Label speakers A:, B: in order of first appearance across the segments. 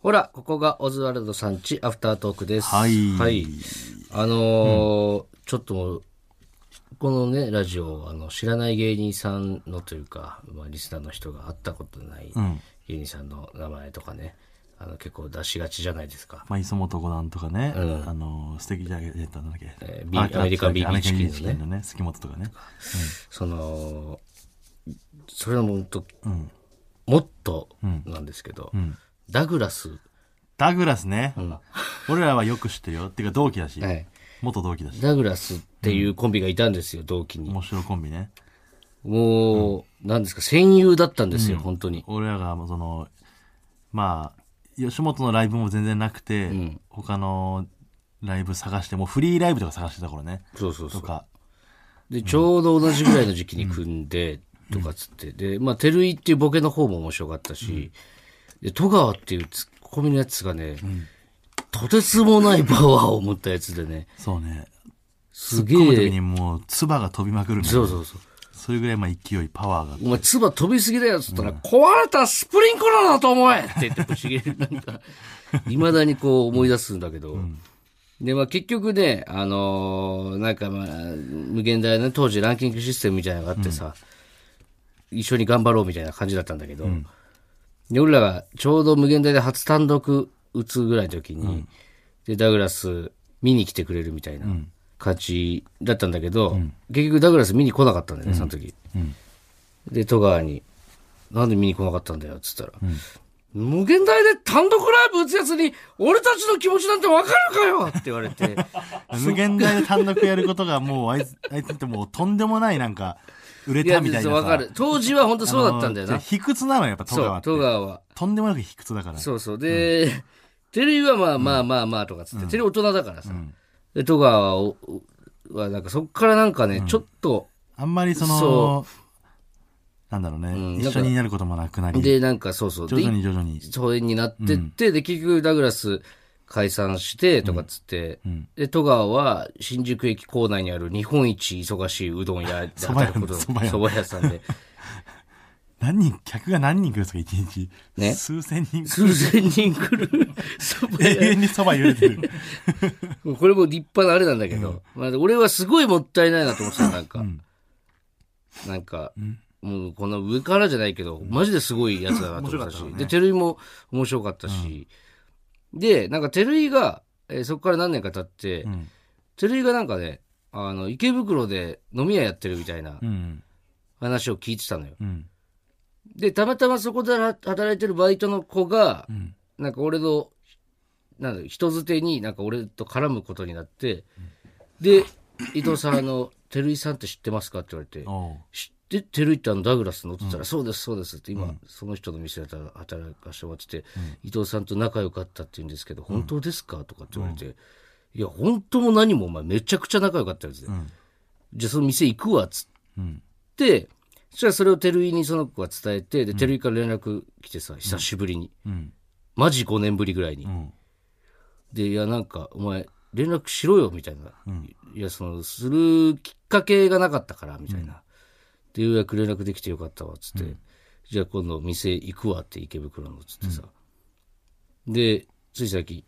A: ほら、ここがオズワルドさんちアフタートークです。
B: はい
A: あのーちょっと、このね、ラジオ、あの、知らない芸人さんのというか、まあ、リスナーの人が会ったことない芸人さんの名前とかね、あの、結構出しがちじゃないですか。
B: まあ、磯本五段とかね、あの、素敵じゃねえっと、なんだっけ、
A: ービーアメリカンビーフチキンのね
B: のね、杉本とかね。
A: その、それのもっと、もっとなんですけど、ダグラス、
B: ダグラスね。俺らはよく知ってるよ。っていうか、同期だし、
A: はい
B: 元同期だし、
A: ダグラスっていうコンビがいたんですよ、同期に。
B: 面白コンビね。
A: もう、なんですか、戦友だったんですよ、本当に。
B: 俺らが、その、まあ、吉本のライブも全然なくて、他のライブ探して、もうフリーライブとか探してた頃ね。
A: そうそうそ
B: と
A: う。
B: か、
A: で、ちょうど同じぐらいの時期に組んで、とかつって。で、まあ、てるいっていうボケの方も面白かったし、で、戸川っていうツッコミのやつがね、とてつもないパワーを持ったやつでね、
B: そうね。
A: す
B: 突っ込む
A: げ
B: 時
A: え、
B: にもう、唾が飛びまくるみたいな
A: そうそうそう。
B: それぐらい、まあ、勢い、パワーが。
A: お前、唾飛びすぎだよ、つったら、壊れたスプリンクラーだと思えって言って、不思議なんか、いまだにこう思い出すんだけど。で、まあ結局ね、あのーなんかまあ、無限大の当時ランキングシステムみたいなのがあってさ、一緒に頑張ろうみたいな感じだったんだけど、で、俺らがちょうど無限大で初単独打つぐらいの時に、で、ダグラス見に来てくれるみたいな感じだったんだけど、結局ダグラス見に来なかったんだよね、その時。で、戸川に、なんで見に来なかったんだよ、っつったら、無限大で単独ライブ打つやつに、俺たちの気持ちなんてわかるかよって言われ て、
B: 無限大で単独やることがもうあい つ、あいつってもうとんでもないなんか、売れ
A: いや、
B: たみたい
A: 別
B: なさ。
A: にわかる。当時は本当そうだったんだよ
B: あの
A: な。
B: 卑屈なのよやっぱ戸
A: そ
B: 川
A: う、
B: って。
A: 戸川は。
B: とんでもなく卑屈だから。
A: そうそう。で、テレビはまあまあまあまあとかつって、テレビ大人だからさ。で、戸川はお、はなんかそっからなんかね、ちょっと、
B: あんまりその、
A: そ
B: なんだろうね、
A: ん
B: 一緒になることもなくなり、
A: で、なんかそうそう。
B: 徐
A: で
B: 々に徐々に。
A: 疎遠になってって、で、結局ダグラス解散して、とかっつって、で、戸川は新宿駅構内にある日本一忙しいうどん屋で働くこと、
B: 蕎麦屋
A: 蕎麦屋さんで、
B: 何人、客が何人来るんですか、一日。
A: ね
B: 数千人。
A: 数千人来る蕎麦
B: 永遠にそば揺れ てる。
A: 屋。これも立派なあれなんだけど、まあ、俺はすごいもったいないなと思ってた、なんか。なんか、もうこの上からじゃないけど、マジですごいやつだなと思ったし、
B: 面白かったのね
A: で、照井も面白かったし、で、なんか照井が、えーそこから何年か経って、
B: うん。
A: 照井がなんかね、あの、池袋で飲み屋やってるみたいな
B: うん。
A: 話を聞いてたのよ。
B: うん。
A: で、たまたまそこで働いてるバイトの子が
B: う、ん。
A: なんか俺の、なんだろう人づてになんか俺と絡むことになって、で、伊藤さん、あの、照井さんって知ってますかって言われて、
B: おう
A: 知って照井ってあのダグラスのって言ったら、そうです、そうですって、今、その人の店で働かせてもらってて、伊藤さんと仲良かったって言うんですけど、本当ですかとかって言われて、いや、本当も何もお前めちゃくちゃ仲良かったやつで、
B: ん
A: じゃあその店行くわ、つっ
B: うん。
A: て、そしたらそれを照井にその子が伝えて、で、照井から連絡来てさ、久しぶりに。
B: うん。
A: マジ5年ぶりぐらいに。
B: うん。
A: で、いや、なんか、お前、連絡しろよ、みたいな。いや、その、するきっかけがなかったから、みたいな。で、ようやく連絡できてよかったわ、つって。じゃあ今度店行くわって、池袋の、つってさ。で、つい最近、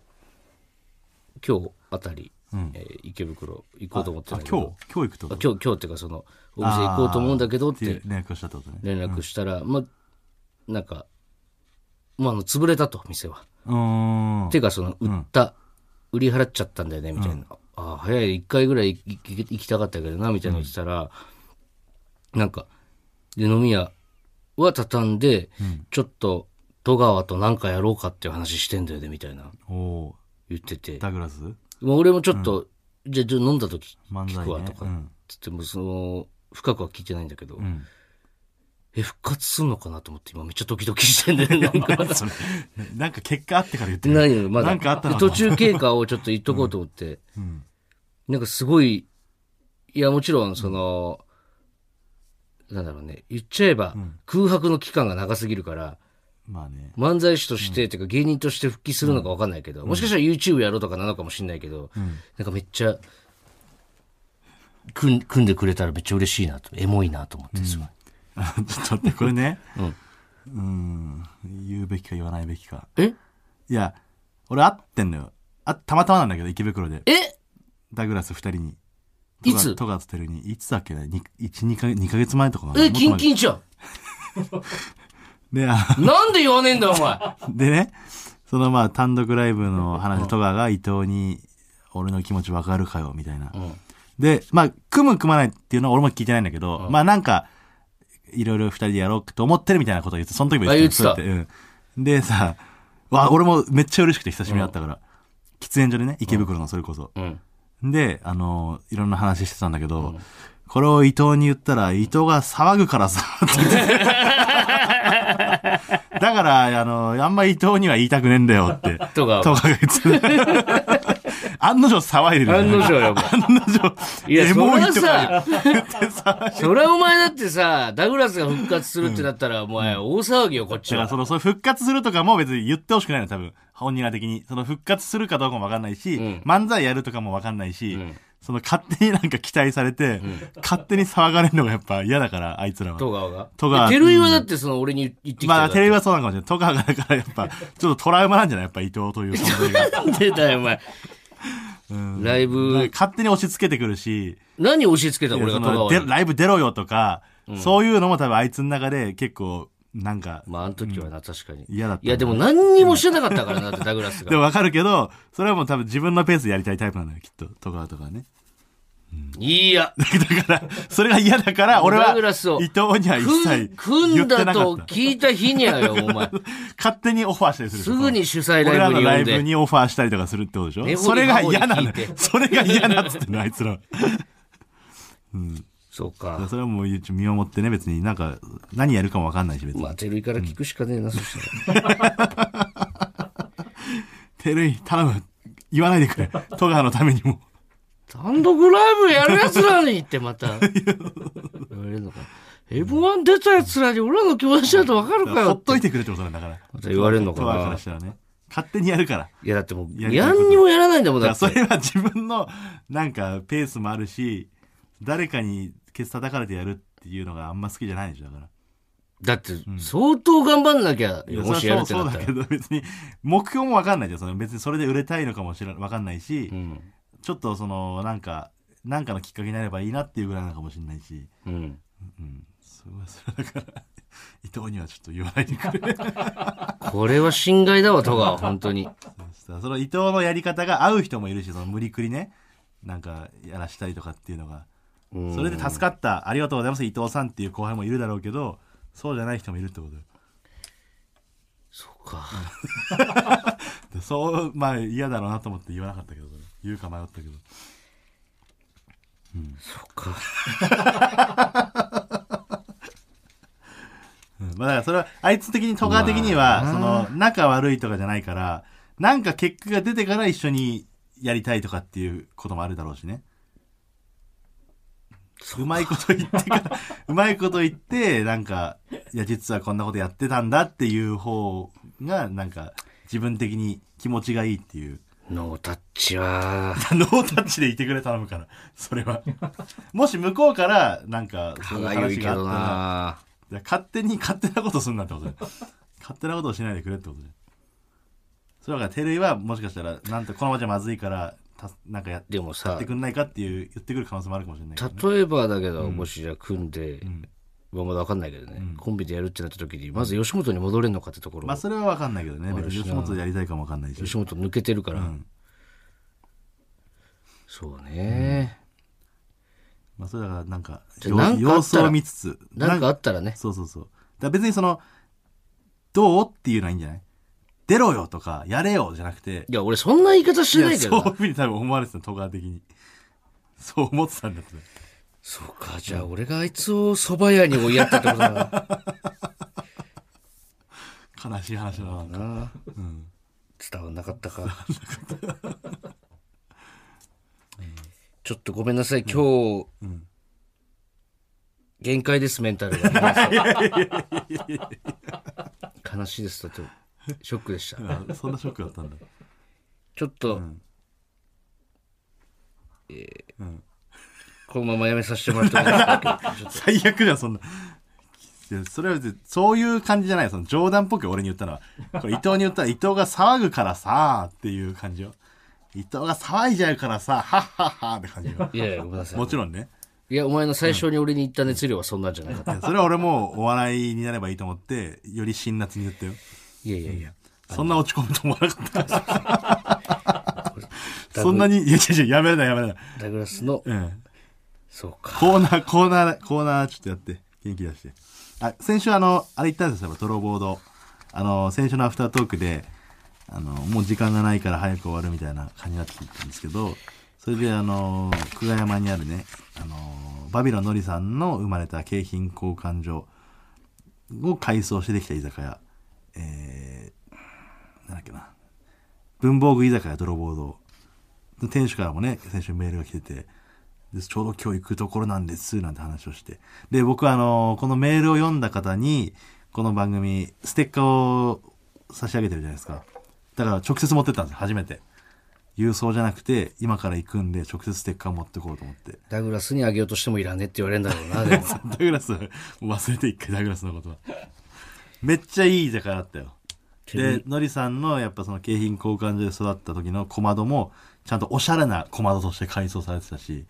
A: 今日あたり、えー池袋行こうと思って
B: あ、今
A: んだ
B: 日
A: け
B: 今
A: ど
B: 日行くと
A: あ今日、今日っていうか、その、お店行こうと思うんだけどっ
B: って
A: て
B: 連絡をしたってことね。
A: 連絡したら、まあ、なんか、まあ、あの、潰れたと、店は。
B: うーん。
A: てかその売った、売り払っちゃったんだよねみたいな、ああ早い1回ぐらい行き行きたかったけどなみたいなの言ってたら、なんかで飲み屋は畳んで、ちょっと戸川となんかやろうかっていう話してんだよねみたいな
B: おう
A: 言ってて、
B: ダグラス
A: まあ、俺もちょっと、じゃあじゃあ飲んだ時
B: 漫
A: 聞
B: 才
A: くわ
B: ね
A: と。か、
B: うん。
A: つってもその深くは聞いてないんだけど、
B: うん。
A: え復活すんのかなと思って今めっちゃドキドキしてんだよねなんか
B: それ なんか結果あってから言って
A: ないよ、まだ。
B: なんかあったの
A: で
B: か
A: 途
B: な
A: 中経過をちょっと言っとこうと思って。なんかすごい、いや、もちろん、その、なんだろうね、言っちゃえば、空白の期間が長すぎるから、
B: まあね。
A: 漫才師として、てか芸人として復帰するのか分かんないけど、もしかしたら YouTube やろうとかなのかもしれないけど、なんかめっちゃ、組ん組んでくれたらめっちゃ嬉しいなと、エモいなと思って、すごい。
B: あちょっと待って、これね。うん。言うべきか言わないべきか。
A: え
B: いや、俺会ってんのよ。あ、たまたまなんだけど、池袋で。
A: え
B: ダグラス二人に。
A: いつ
B: トガトテルに。いつだっけね ?1、2か月、二ヶ月前とかかな
A: え、キンキ
B: ン。
A: ンじゃん。
B: で、あ
A: なんで言わねえんだよ、お前。
B: でね、そのまあ単独ライブの話、戸川が伊藤に、俺の気持ちわかるかよ、みたいな。で、まあ、組む組まないっていうのは俺も聞いてないんだけど、まあなんか、いろいろ二人でやろうと思ってるみたいなことを言って、その時も
A: あ言ってて
B: た。うん。でさ、わ、俺もめっちゃ嬉しくて久しぶりに会ったから、喫煙所でね、池袋のそれこそ。
A: うん。
B: で、あのいろんな話してたんだけど、これを伊藤に言ったら、伊藤が騒ぐからさ、って言ってだから、あのあんま伊藤には言いたくねえんだよって。
A: とか、
B: とかが言ってた案の定騒いでるよ
A: 案
B: ね
A: の定よ、お前。
B: 案の定。
A: いや、
B: エ
A: それ
B: モい
A: は
B: とか
A: さ、それはお前だってさ、ダグラスが復活するってなったら、お前、大騒ぎよ、こっち
B: だから
A: は。
B: その、その復活するとかも別に言ってほしくないの、多分。本人ら的に。その復活するかどうかもわかんないし、
A: ん
B: 漫才やるとかもわかんないし、
A: ん
B: その勝手になんか期待されて、勝手に騒がれるのがやっぱ嫌だから、あいつらは。
A: 戸川が。
B: 戸川
A: で照井はだって、その、俺に言ってきて
B: まあ、テレ
A: ビ
B: ビはそうなのかもしれない。とかが、だからや っぱ、ちょっとトラウマなんじゃないやっぱ伊藤という存在が。
A: なんでだよ、お前。
B: うん
A: ライ
B: なん
A: ブ、
B: か勝手に押し付けてくるし、
A: 何押し付けた、俺が戸
B: その
A: 川
B: で
A: に。
B: ライブ出ろよとか、そういうのも多分あいつの中で結構、なんか、
A: まあ、あの時はな、確かに。い
B: 嫌だった。
A: や、でも何にもしてなかったからな、だってダグラス
B: で
A: が。
B: もわかるけど、それはもう多分自分のペースでやりたいタイプなのよ、きっと。とかとかね。
A: いや、
B: だから、それが嫌 だから、俺は、
A: ダグ
B: 伊
A: ラスを
B: 藤には一
A: 組ん
B: 切言
A: 組
B: っ
A: ん
B: て
A: だ
B: なか
A: と
B: った。
A: 聞いた日にはよ、お前。
B: 勝手にオファーしたりする。
A: すぐに主催
B: 俺
A: ライ
B: ら
A: ブ
B: の
A: に
B: ライ
A: 呼
B: ブ
A: んで。
B: にオファーしたりとかするってことでし
A: 根
B: ょ
A: 掘り
B: それが嫌なの
A: 葉掘り聞いて
B: それが嫌なっつってね、あいつら。
A: そうか。
B: それはもう一応身をもってね、別になんか、何やるかもわかんないし、別に
A: ま。あ、照井から聞くしかねえな、そしたら。
B: てるい、頼む。言わないでく れ。戸川のためにも。
A: 単独ライブやるやつらにってまた言われるのか。エブワン出たやつらに俺らの気持ちだとわかるか
B: ほ
A: よ
B: っ。といてくれってことなんだから。
A: また言われるのか
B: 戸川から
A: な
B: し。たらね。勝手にやるから。
A: いやだってもう、
B: やりたい
A: や
B: こと
A: んにもやらないんだもん
B: だか
A: だっ
B: らそ
A: て。
B: れは自分のなんかペースもあるし誰かにケツ叩かれてやるっていうのがあんま好きじゃないでしょだから
A: だって、相当頑張んなきゃ、
B: いや
A: もしやるって
B: それ
A: な
B: は
A: っ
B: そ
A: た
B: うそうだ
A: ら
B: け。ど別に目標も分かんないじゃんその別にそれで売れたいのかもしれ分かんないし、
A: うん。
B: ちょっとそのなんかなんかのきっかけになればいいなっていうぐらいなのかもしれないし、
A: うん。
B: うん、それはそれだから伊藤にはちょっと言わないでくれ
A: これは侵害だわ、戸川、本当に。
B: その伊藤のやり方が合う人もいるしその無理くりねなんかやらしたりとかっていうのが
A: うん
B: それで助かった、ありがとうございます、伊藤さんっていう後輩もいるだろうけど、そうじゃない人もいるってことよ
A: そうか。
B: でそう、まあ嫌だろうなと思って言わなかったけど、言うか迷ったけど。
A: そうか。
B: うんまあだからそれは、あいつ的に、戸川的には、その、仲悪いとかじゃないから、なんか結果が出てから一緒にやりたいとかっていうこともあるだろうしね。うまいこと言ってから、 うまいこと言って、なんか、いや、実はこんなことやってたんだっていう方が、なんか、自分的に気持ちがいいっていう。
A: ノータッチは、
B: ノータッチでいてくれ頼むから、それ は。もし向こうから、なんか、
A: 歯
B: う
A: がゆいけどな。
B: ら、勝手に勝手なことすんなってことだよ。勝手なことをしないでくれってことだよ。それだから、照井はもしかしたら、なんとこのままじゃまずいから、たなんかやっ
A: でも
B: やっ
A: さ
B: て、くんないかっていう、言ってくる可能性もあるかもしれないけどね。
A: 例えばだけど、もしじゃあ組んで、まあまだ分かんないけどね、コンビでやるってなった時にまず吉本に戻れるのかってところ、
B: まあ、それはわかんないけどね。別に吉本でやりたいかもわかんないし。
A: 吉本抜けてるから、そうね、
B: まあ、それだから、なんか、
A: じゃあなんかあ
B: 様
A: った
B: 子
A: ら
B: を見つつ。
A: なんかあったらね
B: そうそうそう。だから別にその、どうっていうのはいいんじゃない出ろよとか、やれよじゃなくて、
A: いや俺そんな言い方してないけど
B: や
A: な
B: そういうふうに多分思われてた、戸川的に。そう思ってたんだって。
A: そうかじゃあ俺があいつを蕎麦屋に追いやったってことだな
B: 悲しい話だな。なんか
A: な伝わんなか ったかちょっとごめんなさい今日、限界ですメンタル が悲しいですだってショックでした
B: あそんなショックだったんだ。
A: ちょっと、 えーこのままやめさせてもらってもいいですかちょっと
B: 最悪じゃん、そんな。でそれは別にそういう感じじゃないその冗談っぽく俺に言ったのはこれ伊藤に言ったら伊藤が騒ぐからさっていう感じよ伊藤が騒いじゃうからさはっはっはって感じよ
A: いやいや、ごめんなさい。
B: もちろんね
A: いや、お前の最初に俺に言った熱量はそんなんじゃなかった。
B: それは俺もお笑いになればいいと思ってより辛辣に言ったよ
A: いやいやいや。
B: そんな落ち込むと思わなかった そんなにいやいやいややめれないやめれない、
A: ダグラスの、
B: うん、
A: そうか。
B: コーナー、コーナー、コーナーちょっとやって、元気出して。あ、先週あの、あれ言ったんですよ、トロボード。あの、先週のアフタートークで、あの、もう時間がないから早く終わるみたいな感じになってきたんですけど、それであの、久我山にあるね、あの、バビロンのりさんの生まれた景品交換所を改装してできた居酒屋、えー、なんだっけな、文房具居酒屋泥棒堂。店主からもね、先週メールが来てて、でちょうど今日行くところなんです、なんて話をして。で、僕はあの、このメールを読んだ方に、この番組、ステッカーを差し上げてるじゃないですか。だから直接持ってったんですよ、初めて。郵送じゃなくて、今から行くんで、直接ステッカー持ってこうと思って。
A: ダグラスにあげようとしてもいらねえって言われるんだろうな、 でも。
B: ダグラス、もう忘れて一回ダグラスのことは。めっちゃいい居酒屋だったよ。で、のりさんのやっぱその景品交換所で育った時の小窓も、ちゃんとおしゃれな小窓として改装されてたし、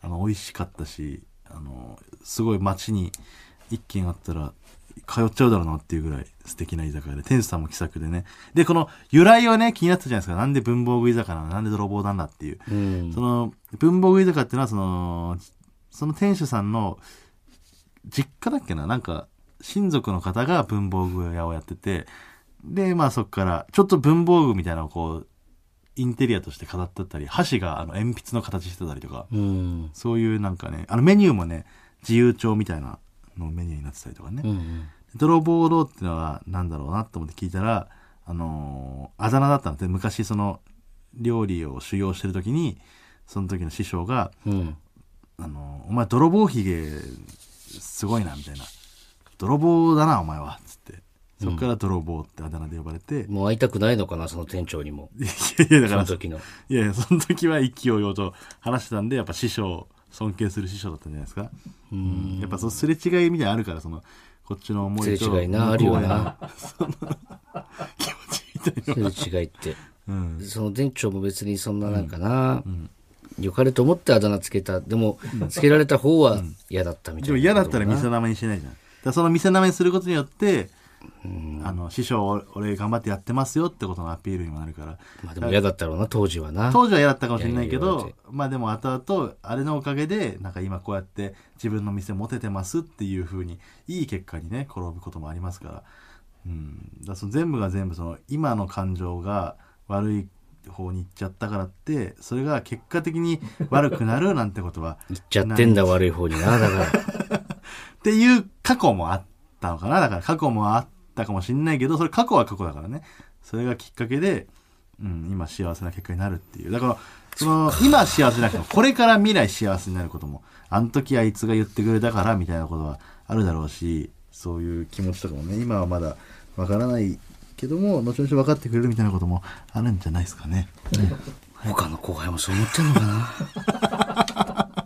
B: あの、美味しかったし、あの、すごい街に一軒あったら、通っちゃうだろうなっていうぐらい素敵な居酒屋で、店主さんも気さくでね。で、この由来はね、気になってたじゃないですか。なんで文房具居酒屋なのなんで泥棒なんだっていう。
A: うん。
B: その文房具居酒屋っていうのはそのその店主さんの実家だっけななんか親族の方が文房具屋をやっててでまあそこからちょっと文房具みたいなのをこうインテリアとして飾ってたり箸があの鉛筆の形してたりとか
A: うん。
B: そういうなんかねあのメニューもね自由帳みたいなのメニューになってたりとかね、
A: うん。
B: 泥棒ローってのは何だろうなと思って聞いたら、あのーあだ名だったので昔その料理を修行してる時にその時の師匠が
A: うん。
B: 「あのーお前泥棒ひげすごいな」みたいな「泥棒だなお前は」っつってそっから泥棒ってあだ名で呼ばれて、
A: もう会いたくないのかな、その店長にも。
B: いやい
A: そ
B: やだか
A: の
B: ら
A: 時の。
B: いやいやその時は意気揚々と話してたんでやっぱ師匠尊敬する師匠だったんじゃないですか
A: うん。
B: やっぱそのすれ違いみたいなのあるからそのこっちの思いと
A: すれ違いなあるよな
B: 向こうへのその気持ちみたいな
A: そういう違いって。
B: うん
A: その店長も別にそんななんかな、良かれと思ってあだ名つけた。でも、つけられた方は嫌だったみたい
B: で
A: な。
B: も嫌だったら店の名前にしないじゃん。だからその店の名前にすることによって、あの師匠俺俺頑張ってやってますよってことのアピールにもなるから
A: まあでも嫌だったろうな、当時はな。
B: 当時は嫌だったかもしれないけ
A: いやいや
B: ど
A: いや
B: まあでも後々あれのおかげでなんか今こうやって自分の店持ててますっていうふうにいい結果にね転ぶこともありますから,、うん、だからその全部が全部その今の感情が悪い方に行っちゃったからってそれが結果的に悪くなるなんてことは
A: 言っちゃってんだ、悪い方にな。だから。
B: っていう過去もあったのかなだから過去もあったかもしんないけどそれ過去は過去だからねそれがきっかけで、うん、今幸せな結果になるっていうだからその今幸せなくてもこれから未来幸せになることもあの時あいつが言ってくれたからみたいなことはあるだろうしそういう気持ちとかもね今はまだわからないけども後々分かってくれるみたいなこともあるんじゃないですかね。
A: 他の後輩もそう思ってんのかな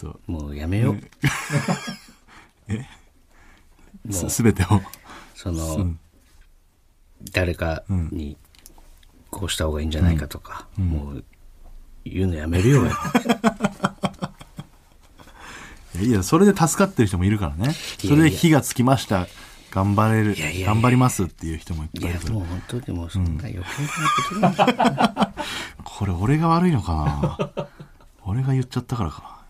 B: ちょっと
A: もうやめよう。
B: す全てを
A: その、誰かにこうした方がいいんじゃないかとか、もう言うのやめるよ。 俺
B: いやいや、それで助かってる人もいるからね。
A: いや
B: それで火がつきました。頑張れる
A: やいやい。や
B: 頑張りますっていう人もいっぱ
A: い
B: いい
A: や
B: るか、ら。
A: もう本当にもうそんな余計なことなんか
B: これ俺が悪いのかな 俺が言っちゃったからか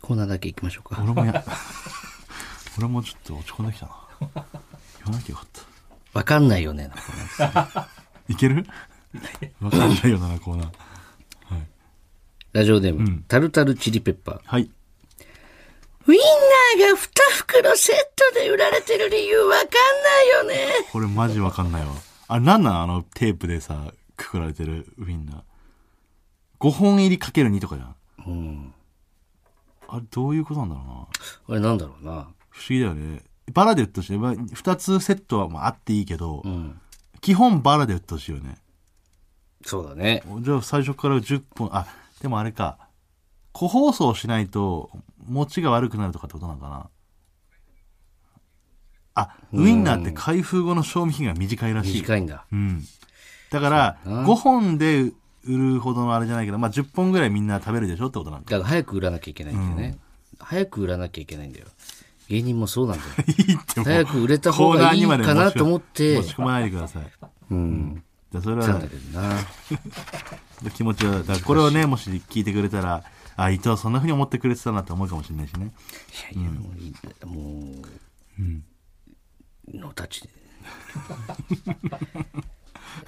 A: コーナーだけ行きましょう
B: な。
A: か。
B: 俺もや、 俺もちょっと落ち込んできたな。言わなきゃよかった。
A: わかんないよね。
B: いけるわかんないよな、コーナー。
A: ラジオネーム、タルタルチリペッパー。
B: はい。
A: ウィンナーが2袋セットで売られてる理由わかんないよね。
B: これマジわかんないわ。あれなんなんあのテープでさ、くくられてるウィンナー。5本入りかける2とかじゃ
A: う
B: ん。
A: ん。
B: あれどういうことなんだろ
A: あ
B: うな。
A: れなんだろうな。
B: 不思議だよねバラで売ってほしい、まあ、2つセットはまああっていいけど、
A: うん。
B: 基本バラで売ってほしいよね
A: そうだね。
B: じゃあ最初から10本あでもあれか個包装しないと、持ちが悪くなるとかってことなのかなあ、ウインナーって開封後の賞味期限が短いらしい。
A: 短いんだ。
B: うん。だから、5本で売るほどのあれじゃないけど、まあ10本ぐらいみんな食べるでしょってことなんだ。
A: だから早く売らなきゃいけないんだよね。早く売らなきゃいけないんだよ。芸人もそうなんだよ。
B: いいってもう
A: 早く売れた方がいいかなと思って
B: 持ち込まないでください。
A: うん。
B: じゃあそれ
A: なん
B: は
A: だけどな。
B: 気持ちは、だからこれをね、もし聞いてくれたら、あ、伊藤はそんな風に思ってくれてたなって思うかもしれないしね。
A: いやいや、もういいんだよ、もう、のた ちで。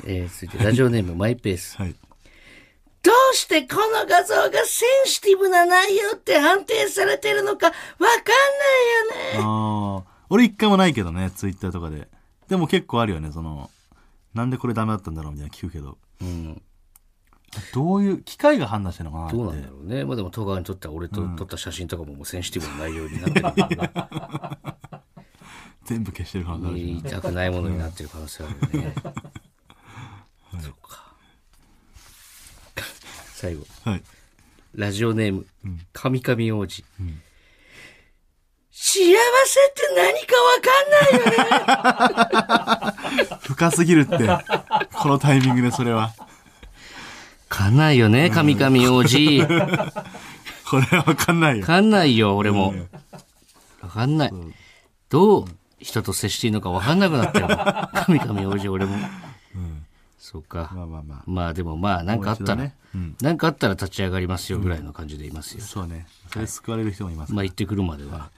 A: えー、続いて、ラジオネーム、マイペース。
B: はい。
A: どうしてこの画像がセンシティブな内容って判定されてるのかわかんないよね。
B: ああ、俺一回もないけどね、ツイッターとかで。でも結構あるよね、その、なんでこれダメだったんだろうみたいな聞くけど。
A: うん、
B: どういう、機械が判断してるのかなって。
A: どうなんだろうね。まあでも、戸川にとっては俺と撮った写真とかももうセンシティブな内容になってる からな。
B: 全部消してる可能性あるし
A: 言いたくないものになってる可能性あるよね。そうか。最後。
B: な。はい。
A: ラジオネーム、カミカミ王子。幸せって何かわかんないよね。
B: 深すぎるって。このタイミングでそれは。
A: かんないよね、カミカミ王子。
B: これはわかんないよ。
A: かんないよ、俺も。わかんない。どう人と接していいのかわかんなくなった よ。カミカミ王子、俺も。そう
B: まあ
A: か。
B: まあまあ。
A: まあでもまあ、なんかあった
B: も
A: ら
B: う一、度ね
A: なんかあったら立ち上がりますよぐらいの感じでいますよ。
B: そうね。それで救われる人もいます。
A: まあ、行ってくるまでは、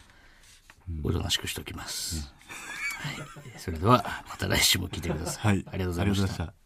A: おとなしくしておきます。はい。それでは、また来週も聞いてください。
B: はい。
A: ありがとうございました
B: ありがとうございま。した。